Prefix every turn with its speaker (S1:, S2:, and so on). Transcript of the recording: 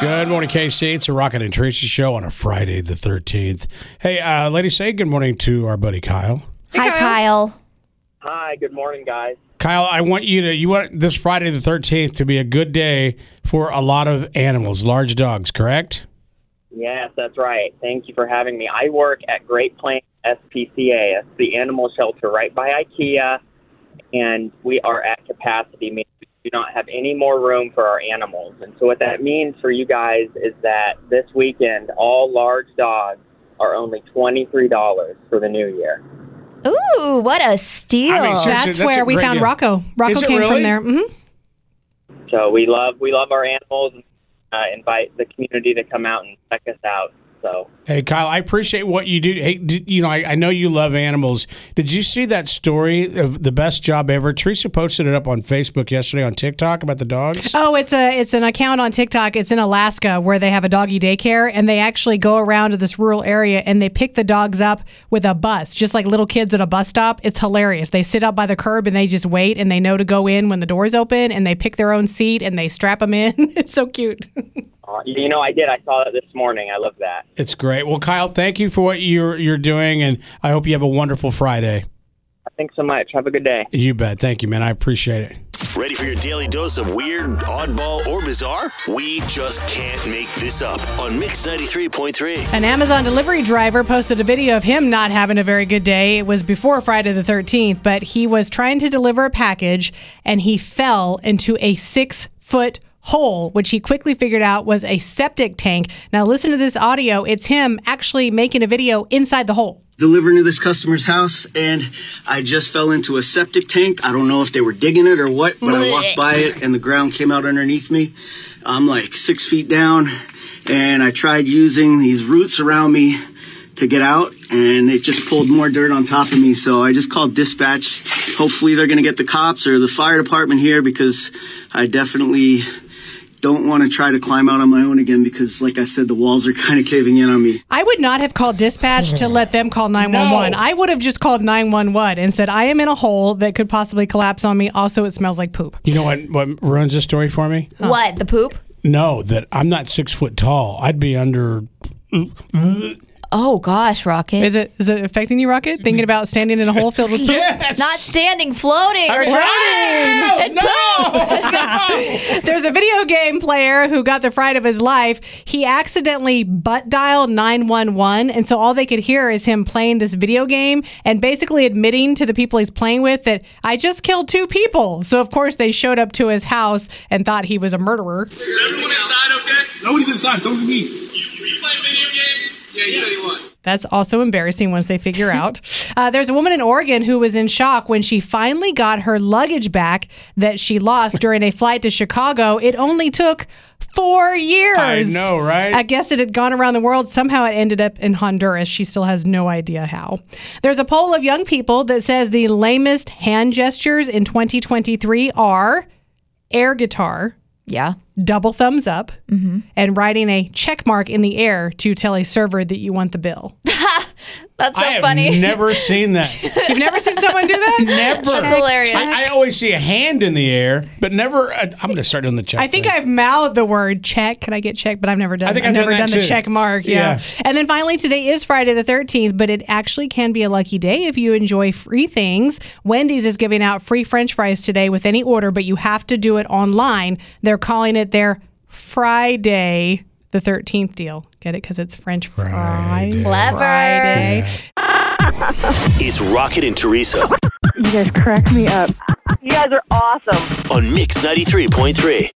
S1: Good morning, KC. It's a Rocket and Tracy show on a Friday, the 13th. Hey, uh, lady, say good morning to our buddy Kyle.
S2: Hi, Kyle.
S3: Hi, good morning, guys.
S1: Kyle, I want you to, you want this Friday, the 13th, to be a good day for a lot of animals, large dogs, correct?
S3: Yes, that's right. Thank you for having me. I work at Great Plains SPCA. It's the animal shelter right by IKEA, and we are at capacity, meaning we do not have any more room for our animals. And so, what that means for you guys is that this weekend, all large dogs are only $23 for the new year.
S2: Ooh, what a steal.
S1: I mean, seriously.
S4: That's,
S1: That's a
S4: where we
S1: great
S4: found
S1: deal.
S4: Rocco. Rocco
S1: Is it
S4: came
S1: really?
S4: from there. hmm
S3: So we love we love our animals and uh, invite the community to come out and check us out. So
S1: Hey, Kyle, I appreciate what you do. Hey, d you know, I, I know you love animals. Did you see that story of the best job ever? Teresa posted it up on Facebook yesterday on TikTok about the dogs.
S4: Oh, it's a it's an account on TikTok. It's in Alaska where they have a doggy daycare, and they actually go around to this rural area and they pick the dogs up with a bus, just like little kids at a bus stop. It's hilarious. They sit out by the curb and they just wait, and they know to go in when the doors open, and they pick their own seat and they strap them in. it's so cute.
S3: uh, you know, I did. I saw that this morning. I love that.
S1: It's great. Well, Kyle, thank you for what you're you're doing, and I hope you have a wonderful Friday.
S3: Thanks so much. Have a good day.
S1: You bet. Thank you, man. I appreciate it.
S5: Ready for your daily dose of weird, oddball, or bizarre? We just can't make this up on Mix 93.3.
S4: An Amazon delivery driver posted a video of him not having a very good day. It was before Friday the 13th, but he was trying to deliver a package and he fell into a six foot hole, which he quickly figured out was a septic tank. Now, listen to this audio. It's him actually making a video inside the hole.
S6: delivering to this customer's house and I just fell into a septic tank. I don't know if they were digging it or what, but I walked by it and the ground came out underneath me. I'm like six feet down and I tried using these roots around me to get out and it just pulled more dirt on top of me. So I just called dispatch. Hopefully they're going to get the cops or the fire department here because I definitely don't want to try to climb out on my own again because like I said, the walls are kind of caving in on me.
S4: I would not have called dispatch to let them call 911. I would have just called 911 and said, I am in a hole that could possibly collapse on me. Also, it smells like poop.
S1: You know what? What ruins this story for me?
S2: What, the poop?
S1: No, that I'm not six foot tall. I'd be under.
S2: Oh, gosh, Rocket.
S4: Is it is it affecting you, Rocket? Thinking about standing in a hole filled with poop?
S1: Yes.
S2: Not standing, floating, or
S1: Floating!
S2: drowning. And poop.
S4: There's a video game player who got the fright of his life. He accidentally butt dialed 911. And so all they could hear is him playing this video game and basically admitting to the people he's playing with that I just killed two people. So, of course, they showed up to his house and thought he was a murderer.
S7: Is everyone inside okay?
S8: Nobody's inside. Don't look at me.
S7: You, you playing video games? Yeah, you said you was.
S4: That's also embarrassing once they figure out. Uh, there's a woman in Oregon who was in shock when she finally got her luggage back that she lost during a flight to Chicago. It only took four years.
S1: I know, right?
S4: I guess it had gone around the world. Somehow it ended up in Honduras. She still has no idea how. There's a poll of young people that says the lamest hand gestures in 2023 are air guitar
S2: yeah.
S4: double thumbs up
S1: Mm-hmm.
S4: and writing a check mark in the air to tell a server that you want the bill.
S2: That's so
S1: I have
S2: funny.
S1: never seen that.
S4: You've never seen someone do that?
S1: Never.
S2: That's hilarious.
S1: I, I always see a hand in the air, but never. i I'm going to start doing the check.
S4: I think
S1: thing.
S4: I've mouthed the word check. Can I get check? But I've never done.
S1: I think
S4: I've,
S1: I've
S4: never
S1: done that
S4: done the
S1: too.
S4: check mark. Yeah. And then finally, today is Friday the thirteenth, but it actually can be a lucky day if you enjoy free things. Wendy's is giving out free French fries today with any order, but you have to do it online. They're calling it their Friday the thirteenth deal. Get it? Because it's French fries.
S2: Clever.
S4: Friday.
S5: It's Rocket and Teresa
S9: You guys crack me up. You guys are awesome.
S5: on Mix 93.3.